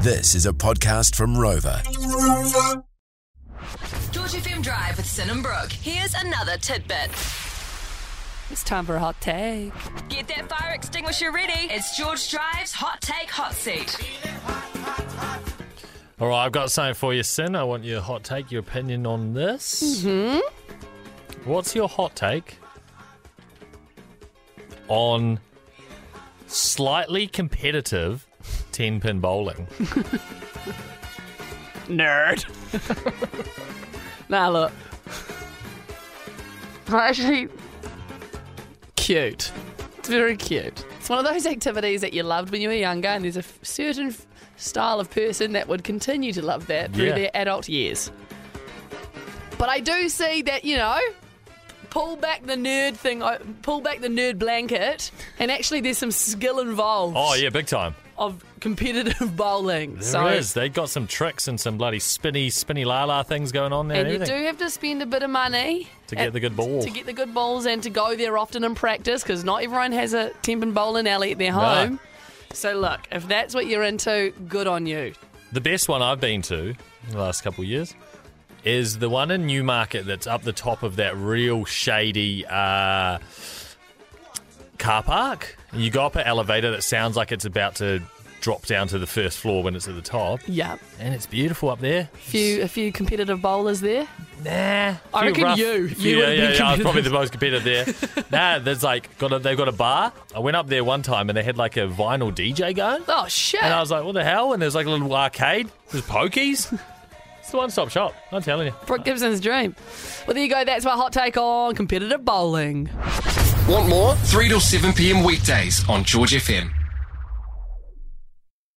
This is a podcast from Rover. George FM Drive with Sin and Brooke. Here's another tidbit. It's time for a hot take. Get that fire extinguisher ready. It's George Drive's Hot Take Hot Seat. All right, I've got something for you, Sin. I want your hot take, your opinion on this. Mm-hmm. What's your hot take on slightly competitive 10 pin bowling? Nerd. now look. They're Actually, cute. It's very cute. It's one of those activities that you loved when you were younger, and there's a f- certain f- style of person that would continue to love that through Yeah. their adult years. But I do see that, you know, pull back the nerd thing, o- pull back the nerd blanket, and actually there's some skill involved Oh, yeah, big time. of competitive bowling. There it is. They got some tricks and some bloody spinny, spinny la la things going on there And and, you do everything have to spend a bit of money to get at- the good ball. to get the good balls and to go there often and practice because not everyone has a temp and bowling alley at their No. home. So look, if that's what you're into, good on you. The best one I've been to in the last couple of years is the one in Newmarket that's up the top of that real shady uh, car park. You go up an elevator that sounds like it's about to drop down to the first floor when it's at the top, Yeah, and it's beautiful up there. few a few competitive bowlers there. Nah, I few reckon rough- you- few- you yeah, yeah, would've been yeah, I was competitive. probably the most competitive there. nah, there's like got a, they've got a bar. I went up there one time and they had like a vinyl DJ going. Oh shit! And I was like, what the hell? And there's like a little arcade. There's pokies. it's the one stop shop. I'm telling you. Brooke Gibson's dream. Well, there you go. That's my hot take on competitive bowling. Want more? 3 till 7 p.m. weekdays on George FM.